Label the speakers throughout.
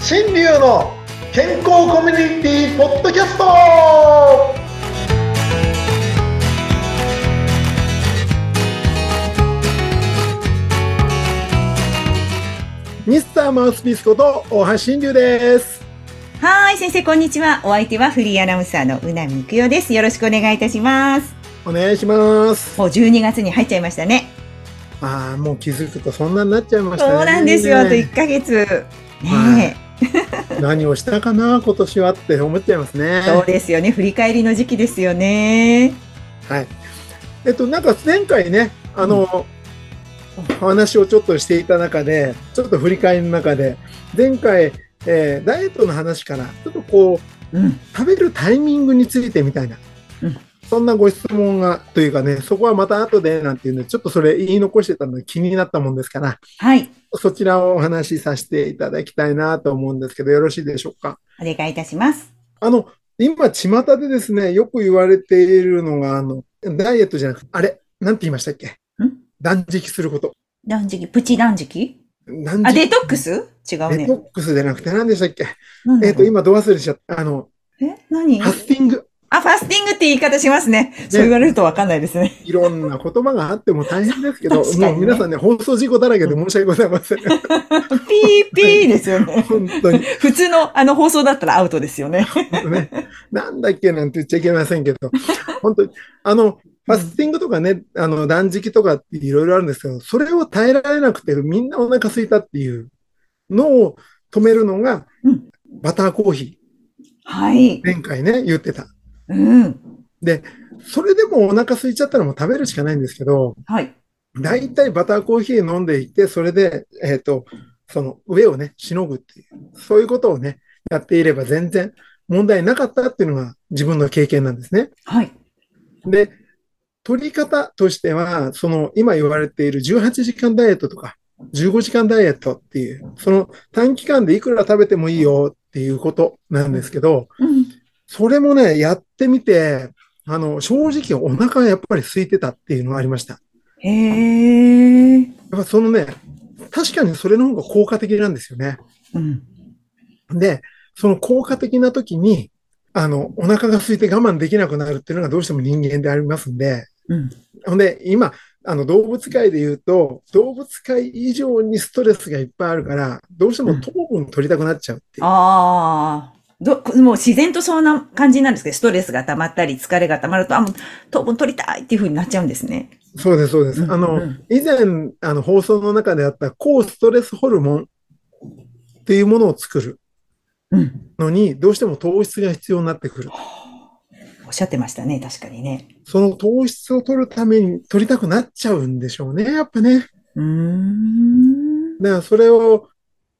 Speaker 1: 新流の健康コミュニティポッドキャストは
Speaker 2: ミスターマウスピースこと大橋新流です。
Speaker 3: はーい、先生、こんにちは。お相手はフリーアナウンサーのうなみくよです。よろしくお願いいたします。
Speaker 2: お願いします。
Speaker 3: もう12月に入っちゃいましたね。
Speaker 2: ああ、もう気づくとそんなになっちゃいました
Speaker 3: そ
Speaker 2: ね。
Speaker 3: うなんですよ。あと
Speaker 2: ね
Speaker 3: 1ヶ月。
Speaker 2: は
Speaker 3: ね
Speaker 2: 何をしたかな、今年はって思っちゃいますね
Speaker 3: え、。そうですよね。振り返りの時期ですよね。
Speaker 2: はい。えっと、なんか前回ね、あの、お話をちょっとしていた中で、ちょっと振り返りの中で、前回、えーダイエットの話から、ちょっとこう、
Speaker 3: うん。
Speaker 2: 食べるタイミングについてみたいな、
Speaker 3: うん
Speaker 2: そんなご質問が、というかね、そこはまた後でなんていうので、ちょっとそれ言い残してたので気になったもんですから、
Speaker 3: はい。
Speaker 2: そちらをお話しさせていただきたいなと思うんですけど、よろしいでしょうか。
Speaker 3: お願いいたします。
Speaker 2: あの、今、巷でですね、よく言われているのが、あの、ダイエットじゃなくて、あれ、なんて言いましたっけ
Speaker 3: ん
Speaker 2: 断食すること。
Speaker 3: 断食、プチ断食
Speaker 2: 断
Speaker 3: あ、
Speaker 2: 食。
Speaker 3: デトックス違う
Speaker 2: デ
Speaker 3: ね
Speaker 2: ト。ックスじゃなくて、何でしたっけ
Speaker 3: なん
Speaker 2: え
Speaker 3: だ
Speaker 2: っと、
Speaker 3: ろう
Speaker 2: 今、ど忘れしちゃった。あの、
Speaker 3: え、何
Speaker 2: ファスティング。
Speaker 3: あ、ファスティングって言い方しますね。そう言われるとわかんないですね。
Speaker 2: いろんな言葉があっても大変ですけど、
Speaker 3: 確かにね
Speaker 2: もう皆さんね、放送事故だらけで申し訳ございま せん。
Speaker 3: ピーピーですよね。
Speaker 2: 本当に。
Speaker 3: 普通のあの放送だったらアウトですよね。
Speaker 2: ね、なんだっけなんて言っちゃいけませんけど、本当に、あの、ファスティングとかね、あの、断食とかっていろいろあるんですけど、それを耐えられなくて、みんなお腹空いたっていうのを止めるのが
Speaker 3: うん、
Speaker 2: バターコーヒ
Speaker 3: はい
Speaker 2: ー、。前回ね、言ってた。
Speaker 3: うん。
Speaker 2: それでもお腹空いちゃったらもう食べるしかないんですけど、
Speaker 3: はい。
Speaker 2: だいたいバターコーヒー飲んでいって、それで、えっ、と、その上をね、しのぐっていう、そういうことをね、やっていれば全然問題なかったっていうのが自分の経験なんですね。
Speaker 3: はい。
Speaker 2: で、取り方としては、その今言われている18時間ダイエットとか、15時間ダイエットっていう、その短期間でいくら食べてもいいよっていうことなんですけど、
Speaker 3: うん。
Speaker 2: それもね、やってみて、あの、正直お腹がやっぱり空いてたっていうのがありました。
Speaker 3: へえ。
Speaker 2: やっぱそのね、確かにそれの方が効果的なんですよね。
Speaker 3: うん。
Speaker 2: で、その効果的な時に、あの、お腹が空いて我慢できなくなるっていうのがどうしても人間でありますんで、
Speaker 3: うん。
Speaker 2: ほんで、今、あの動物界で言うと、動物界以上にストレスがいっぱいあるから、どうしても糖分取りたくなっちゃうっていう。
Speaker 3: ああ。ど、もう自然とそんな感じなんですけど、ストレスが溜まったり、疲れが溜まると、あ、もう糖分取りたいっていう風になっちゃうんですね。
Speaker 2: そうです、そうです。あ
Speaker 3: う
Speaker 2: の、
Speaker 3: ん
Speaker 2: 以前、あの、放送の中であった、抗ストレスホルモンっていうものを作る
Speaker 3: うん。
Speaker 2: のに、どうしても糖質が必要になってくる。
Speaker 3: おっしゃってましたね、確かにね。
Speaker 2: その糖質を取るために、取りたくなっちゃうんでしょうね、やっぱね。
Speaker 3: うーん。
Speaker 2: だからそれを、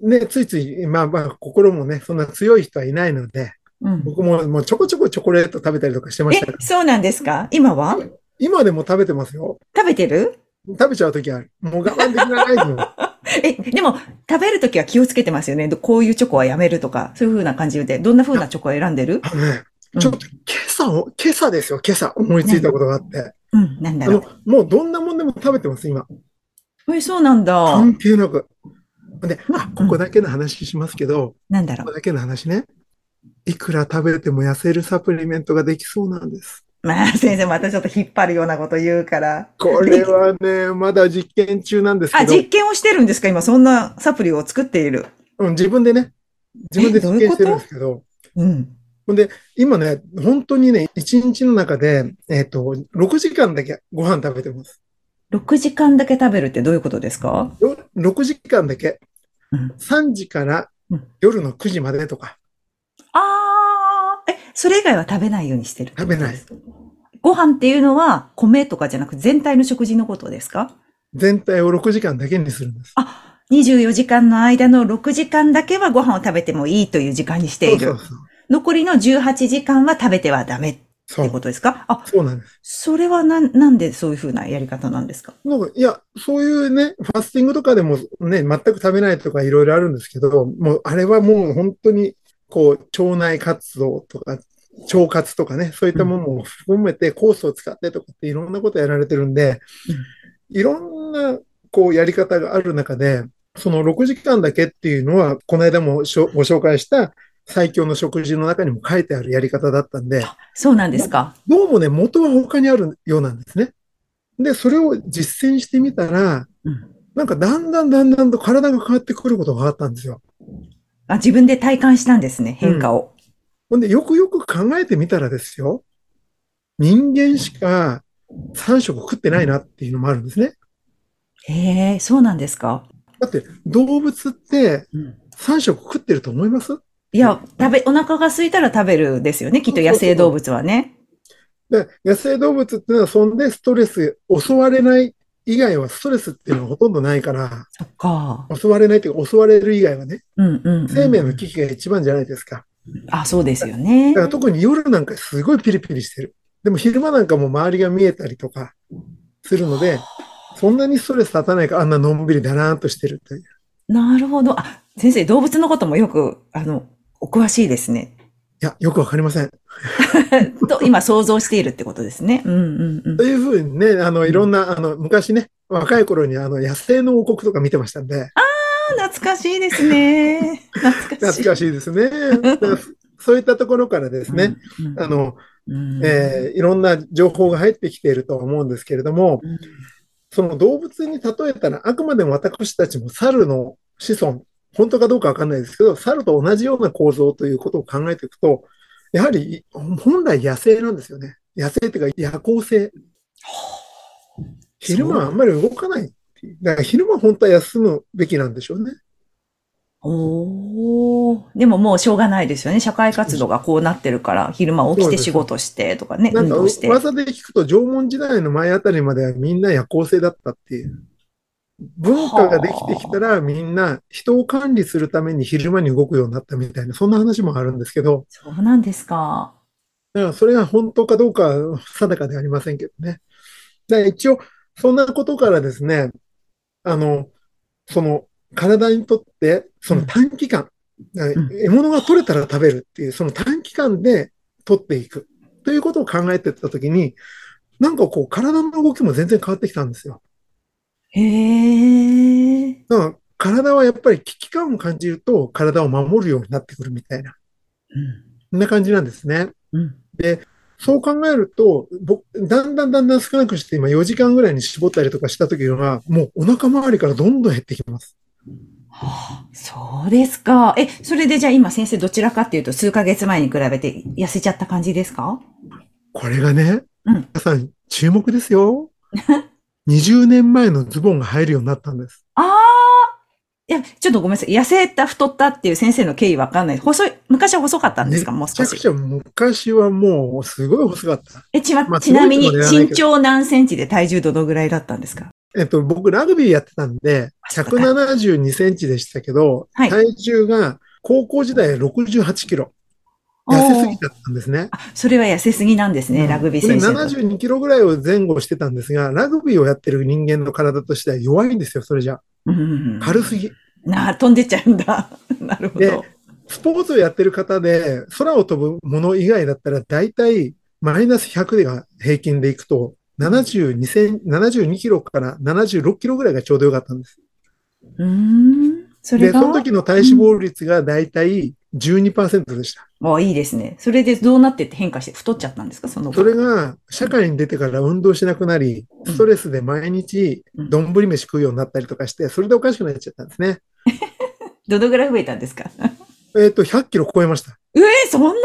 Speaker 2: ね、ついつい、まあまあ、心もね、そんな強い人はいないので、
Speaker 3: うん。
Speaker 2: 僕ももうちょこちょこチョコレート食べたりとかしてました
Speaker 3: え
Speaker 2: けど、、
Speaker 3: そうなんですか今は
Speaker 2: 今でも食べてますよ。
Speaker 3: 食べてる
Speaker 2: 食べちゃうときある。もう我慢できないの。
Speaker 3: え、でも、食べるときは気をつけてますよね。どこういうチョコはやめるとか、そういう風な感じで、どんな風なチョコを選んでる
Speaker 2: あのね
Speaker 3: うん
Speaker 2: ちょっと 今朝を、今朝ですよ、今朝思いついたことがあって。
Speaker 3: うん、なんだ
Speaker 2: あ
Speaker 3: ろ
Speaker 2: の、もうどんなもんでも食べてます、今。
Speaker 3: う。え、そうなんだ。
Speaker 2: 関係なく。で、
Speaker 3: ま
Speaker 2: あここだけの話しますけど、
Speaker 3: なんだろ
Speaker 2: ここだけの話ね。いくら食べても痩せるサプリメントができそうなんです。
Speaker 3: う。まあ、 先生またちょっと引っ張るようなこと言うから。
Speaker 2: これはね、まだ実験中なんですけ
Speaker 3: あ、
Speaker 2: ど、
Speaker 3: 実験をしてるんですか今、そんなサプリを作っている。
Speaker 2: うん自分でね、自分で
Speaker 3: えどう
Speaker 2: 実
Speaker 3: い
Speaker 2: 験
Speaker 3: うこ
Speaker 2: し
Speaker 3: と
Speaker 2: てるんですけど、
Speaker 3: うん。
Speaker 2: 今ね、本当にね、一日の中で、えっ、と、6時間だけご飯食べてます。
Speaker 3: 6時間だけ食べるってどういうことですか
Speaker 2: よ6時間だけ、
Speaker 3: うん
Speaker 2: 3時から
Speaker 3: うん
Speaker 2: 夜の9時までとか、
Speaker 3: あー、え、それ以外は食べないようにしてるってこと
Speaker 2: 食べない
Speaker 3: です。ご飯っていうのは、米とかじゃなく全体の食事のことですか
Speaker 2: 全体を6時間だけにするんです。
Speaker 3: あ、24時間の間の6時間だけはご飯を食べてもいいという時間にしている。
Speaker 2: そうそう
Speaker 3: 残りの18時間は食べてはダメっ
Speaker 2: そう。そ
Speaker 3: て
Speaker 2: う
Speaker 3: ことですかあ、
Speaker 2: そうなんです。
Speaker 3: それはなん、なんでそういうふうなやり方なんですか
Speaker 2: なんかいや、そういうね、ファスティングとかでもね、全く食べないとかいろいろあるんですけど、もうあれはもう本当に、こう、腸内活動とか、腸活とかね、そういったものを含めてコースを使ってとかっていろんなことやられてるんで、いろんな、こう、やり方がある中で、その6時間だけっていうのは、この間もしょご紹介した最強の食事の中にも書いてあるやり方だったんで、
Speaker 3: そうなんですか。
Speaker 2: どうもね、元は他にあるようなんですね。で、それを実践してみたら
Speaker 3: うん、
Speaker 2: なんかだんだんだんだんと体が変わってくることがあったんですよ。
Speaker 3: あ、自分で体感したんですね、変化を。
Speaker 2: ほんで、よくよく考えてみたらですよ、人間しか3食食ってないなっていうのもあるんですね。
Speaker 3: へえ、そうなんですか。
Speaker 2: だって、動物って
Speaker 3: うん
Speaker 2: 3食食ってると思います
Speaker 3: いや、食べ、お腹が空いたら食べるですよね、きっと野生動物はね。
Speaker 2: で野生動物っていうのは、そんでストレス、襲われない以外はストレスっていうのはほとんどないから、
Speaker 3: そっか。
Speaker 2: 襲われないっていうか、襲われる以外はね、
Speaker 3: うんうん、うん。
Speaker 2: 生命の危機が一番じゃないですか。
Speaker 3: あ、そうですよね
Speaker 2: だか。ら特に夜なんかすごいピリピリしてる。でも昼間なんかもう周りが見えたりとかするので、そんなにストレス立たないからあんなのんびりだらーんとしてるという。
Speaker 3: なるほど。あ、先生、動物のこともよく、あの、お詳しいですね。
Speaker 2: いや、よくわかりません。
Speaker 3: と、今想像しているってことですね。うんうんうん
Speaker 2: と。いうふうにね、あの、いろんな、あの、昔ね、若い頃にあの、野生の王国とか見てましたんで、
Speaker 3: あ懐かしいで すね。懐かしい。
Speaker 2: 懐かしいですね。だからそういったところからですね、
Speaker 3: うんうん
Speaker 2: あの、
Speaker 3: うん
Speaker 2: えーいろんな情報が入ってきていると思うんですけれども、
Speaker 3: うん
Speaker 2: その動物に例えたら、あくまでも私たちも猿の子孫、本当かどうかわかんないですけど、猿と同じような構造ということを考えていくと、やはり本来野生なんですよね。野生っていうか夜行性。昼間はあんまり動かないっていう。だから昼間は本当は休むべきなんでしょうね。
Speaker 3: おお。でももうしょうがないですよね。社会活動がこうなってるから、昼間起きて仕事してとかね、
Speaker 2: なん
Speaker 3: 運
Speaker 2: か
Speaker 3: 動して。
Speaker 2: 噂で聞くと縄文時代の前あたりまではみんな夜行性だったっていう。文化ができてきたらみんな人を管理するために昼間に動くようになったみたいな、そんな話もあるんですけど、
Speaker 3: そうなんですか。
Speaker 2: だからそれが本当かどうかは定かではありませんけどね。だから一応、そんなことからですね、あの、その体にとってその短期間、だから獲物が取れたら食べるっていう、その短期間で取っていくということを考えてったときに、なんかこう体の動きも全然変わってきたんですよ。
Speaker 3: へえ。
Speaker 2: だから体はやっぱり危機感を感じると体を守るようになってくるみたいな、そんな感じなんですね。
Speaker 3: うん。うん。
Speaker 2: そう考えると、僕、だんだんだんだん少なくして、今4時間ぐらいに絞ったりとかした時は、もうお腹周りからどんどん減ってきます。
Speaker 3: はあそうですか。え、それでじゃあ今先生どちらかっていうと数ヶ月前に比べて痩せちゃった感じですか
Speaker 2: これがね、
Speaker 3: うん
Speaker 2: 皆さん注目です よ。20年前のズボンが入るようになったんです。
Speaker 3: ああ。いや、ちょっとごめんなさい。痩せた、太ったっていう先生の経緯わかんない。細い、昔は細かったんですかも
Speaker 2: め
Speaker 3: う
Speaker 2: ち
Speaker 3: 少
Speaker 2: ゃく
Speaker 3: し
Speaker 2: ち。ゃ昔はもうすごい細かった。
Speaker 3: え、ちま、
Speaker 2: まあ
Speaker 3: ちなみに
Speaker 2: すごいとこではない
Speaker 3: 身
Speaker 2: けど
Speaker 3: 長何センチで体重どのぐらいだったんですか
Speaker 2: えっと、僕ラグビーやってたんで、
Speaker 3: あそっか
Speaker 2: 172センチでしたけど、
Speaker 3: はい
Speaker 2: 体重が高校時代68キロ。痩せすぎだったんですね。
Speaker 3: あ、それは痩せすぎなんですね、ラグビー
Speaker 2: これ
Speaker 3: 選手だと。
Speaker 2: 72キロぐらいを前後してたんですが、ラグビーをやってる人間の体としては弱いんですよ、それじゃ。
Speaker 3: うんうん
Speaker 2: 軽すぎ。
Speaker 3: うん。なあ、飛んでっちゃうんだ。 なるほど。
Speaker 2: スポーツをやってる方で、空を飛ぶもの以外だったら、だいたいマイナス100が平均でいくと、72セン72キロから76キロぐらいがちょうどよかったんです。
Speaker 3: うーん。それ
Speaker 2: で、そ
Speaker 3: が、
Speaker 2: の時の体脂肪率がだいたい12%でした。
Speaker 3: あ、いいですね。それでどうなってって変化して太っちゃったんですかその後
Speaker 2: それが、社会に出てから運動しなくなり、ストレスで毎日、丼飯食うようになったりとかして、それでおかしくなっちゃったんですね。
Speaker 3: どのぐらい増えたんですか
Speaker 2: えっ、と、100キロ超えました。
Speaker 3: えー、そんなに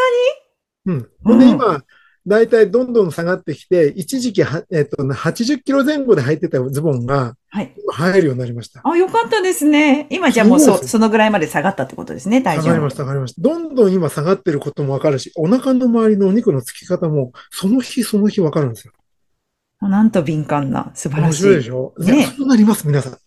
Speaker 2: うん。ほんで
Speaker 3: うん
Speaker 2: 今、だいたいどんどん下がってきて、一時期は、えっ、と、80キロ前後で履いてたズボンが
Speaker 3: はい。
Speaker 2: 入るようになりました。
Speaker 3: あ、よかったですね。今じゃあもうそ、
Speaker 2: そう
Speaker 3: そのぐらいまで下がったってことですね、体
Speaker 2: 下
Speaker 3: 重。
Speaker 2: がりました、下がりました。どんどん今下がってることもわかるし、お腹の周りのお肉のつき方も、その日その日わかるんですよ。
Speaker 3: なんと敏感な、素晴ら
Speaker 2: 面
Speaker 3: しい。
Speaker 2: 白いでしょ、
Speaker 3: ね
Speaker 2: いやそうなります、皆さん。こ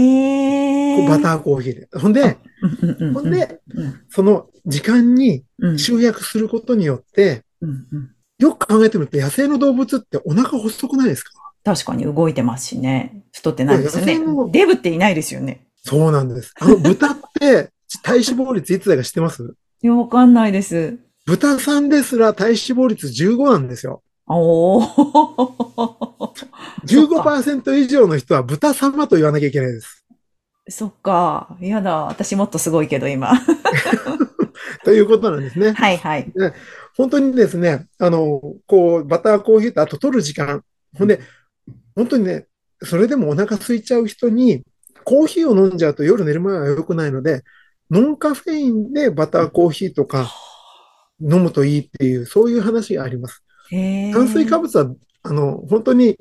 Speaker 3: へ
Speaker 2: う
Speaker 3: え。
Speaker 2: バターコーヒーで。ほんで、
Speaker 3: うんうんうんうん。
Speaker 2: ほんで、
Speaker 3: うん
Speaker 2: その時間に
Speaker 3: うん
Speaker 2: 集約することによって、
Speaker 3: うんうん
Speaker 2: よく考えてみると野生の動物ってお腹細くないですか
Speaker 3: 確かに動いてますしね。太ってないですよね
Speaker 2: そう野生の。
Speaker 3: デブっていないですよね。
Speaker 2: そうなんです。あの、豚って、体脂肪率いつだか知ってます
Speaker 3: いや、わかんないです。
Speaker 2: 豚さんですら体脂肪率15なんですよ。
Speaker 3: おお。そっか
Speaker 2: 15%以上の人は豚様と言わなきゃいけないです。
Speaker 3: そっか。やだ。私もっとすごいけ ど、今。
Speaker 2: ということなんですね。
Speaker 3: はいはい。
Speaker 2: 本当にですね、あの、こう、バターコーヒーとあと取る時間。ほんで、本当にね、それでもお腹空いちゃう人に、コーヒーを飲んじゃうと夜寝る前は良くないので、ノンカフェインでバターコーヒーとか飲むといいっていう、そういう話があります。
Speaker 3: へー
Speaker 2: 炭水化物は、あの、本当に、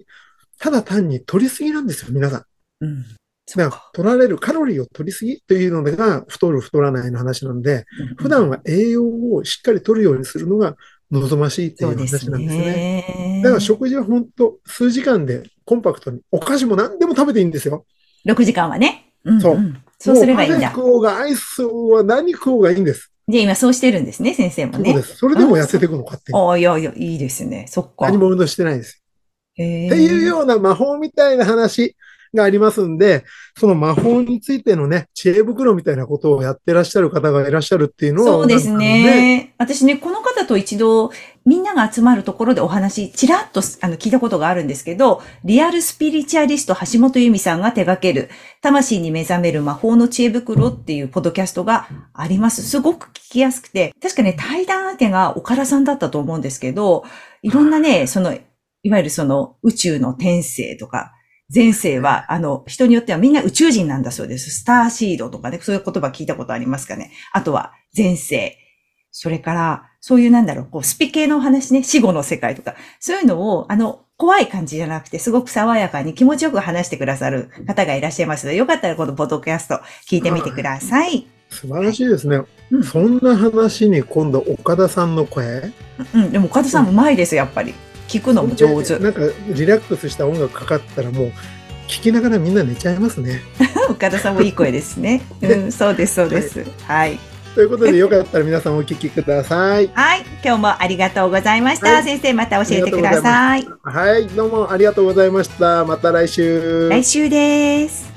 Speaker 2: ただ単に取りすぎなんですよ、皆さん。
Speaker 3: うん。そ
Speaker 2: だ
Speaker 3: っ
Speaker 2: か
Speaker 3: から
Speaker 2: 取られるカロリーを取りすぎというのが、太る太らないの話なんで、
Speaker 3: うん
Speaker 2: 普段は栄養をしっかり取るようにするのが望ましいってい
Speaker 3: そううで
Speaker 2: 話
Speaker 3: す
Speaker 2: なんですね。
Speaker 3: ね。
Speaker 2: だから食事は本当数時間でコンパクトに、お菓子も何でも食べていいんですよ。
Speaker 3: 6時間はね。うん、
Speaker 2: そうん
Speaker 3: そうすればいいん
Speaker 2: も
Speaker 3: だ。
Speaker 2: うパフェ食おうがアイスは何食おうがいいんです。
Speaker 3: じゃあ今そうしてるんですね、先生も
Speaker 2: そうで
Speaker 3: ね。
Speaker 2: す。それでも痩せていくのかっていう。
Speaker 3: ああ、いやいや、いいですね。そっか。
Speaker 2: 何も運動してないです。
Speaker 3: へー
Speaker 2: っていうような魔法みたいな話がありますんで、その魔法についてのね、知恵袋みたいなことをやってらっしゃる方がいらっしゃるっていうのは、
Speaker 3: そうです
Speaker 2: なんかね。
Speaker 3: ね。私ね、この方と一度、みんなが集まるところでお話、ちらっとあの聞いたことがあるんですけど、リアルスピリチュアリスト橋本由美さんが手掛ける、魂に目覚める魔法の知恵袋っていうポッドキャストがあります。すごく聞きやすくて、確かね、対談相手が岡田さんだったと思うんですけど、いろんなね、その、いわゆるその宇宙の転生とか、前世は、あの、人によってはみんな宇宙人なんだそうです。スターシードとかね、そういう言葉聞いたことありますかね。あとは、前世。それから、そういうなんだろう、こう、スピ系のお話ね、死後の世界とか、そういうのを、あの、怖い感じじゃなくて、すごく爽やかに気持ちよく話してくださる方がいらっしゃいますので、よかったらこのポッドキャスト聞いてみてください。
Speaker 2: 素晴らしいですね。
Speaker 3: うん
Speaker 2: そんな話に今度岡田さんの声
Speaker 3: うん、でも、岡田さんうまいです、やっぱり。聞くのも上手。
Speaker 2: なんかリラックスした音楽かかったらもう聞きながらみんな寝ちゃいますね。
Speaker 3: 岡田さんもいい声ですね。うん、そうです、そうです。はい。
Speaker 2: ということでよかったら皆さんお聞きください。
Speaker 3: はい、今日もありがとうございました。
Speaker 2: はい
Speaker 3: 先生、また教えてください。
Speaker 2: はい、どうもありがとうございました。また来週。
Speaker 3: 来週です。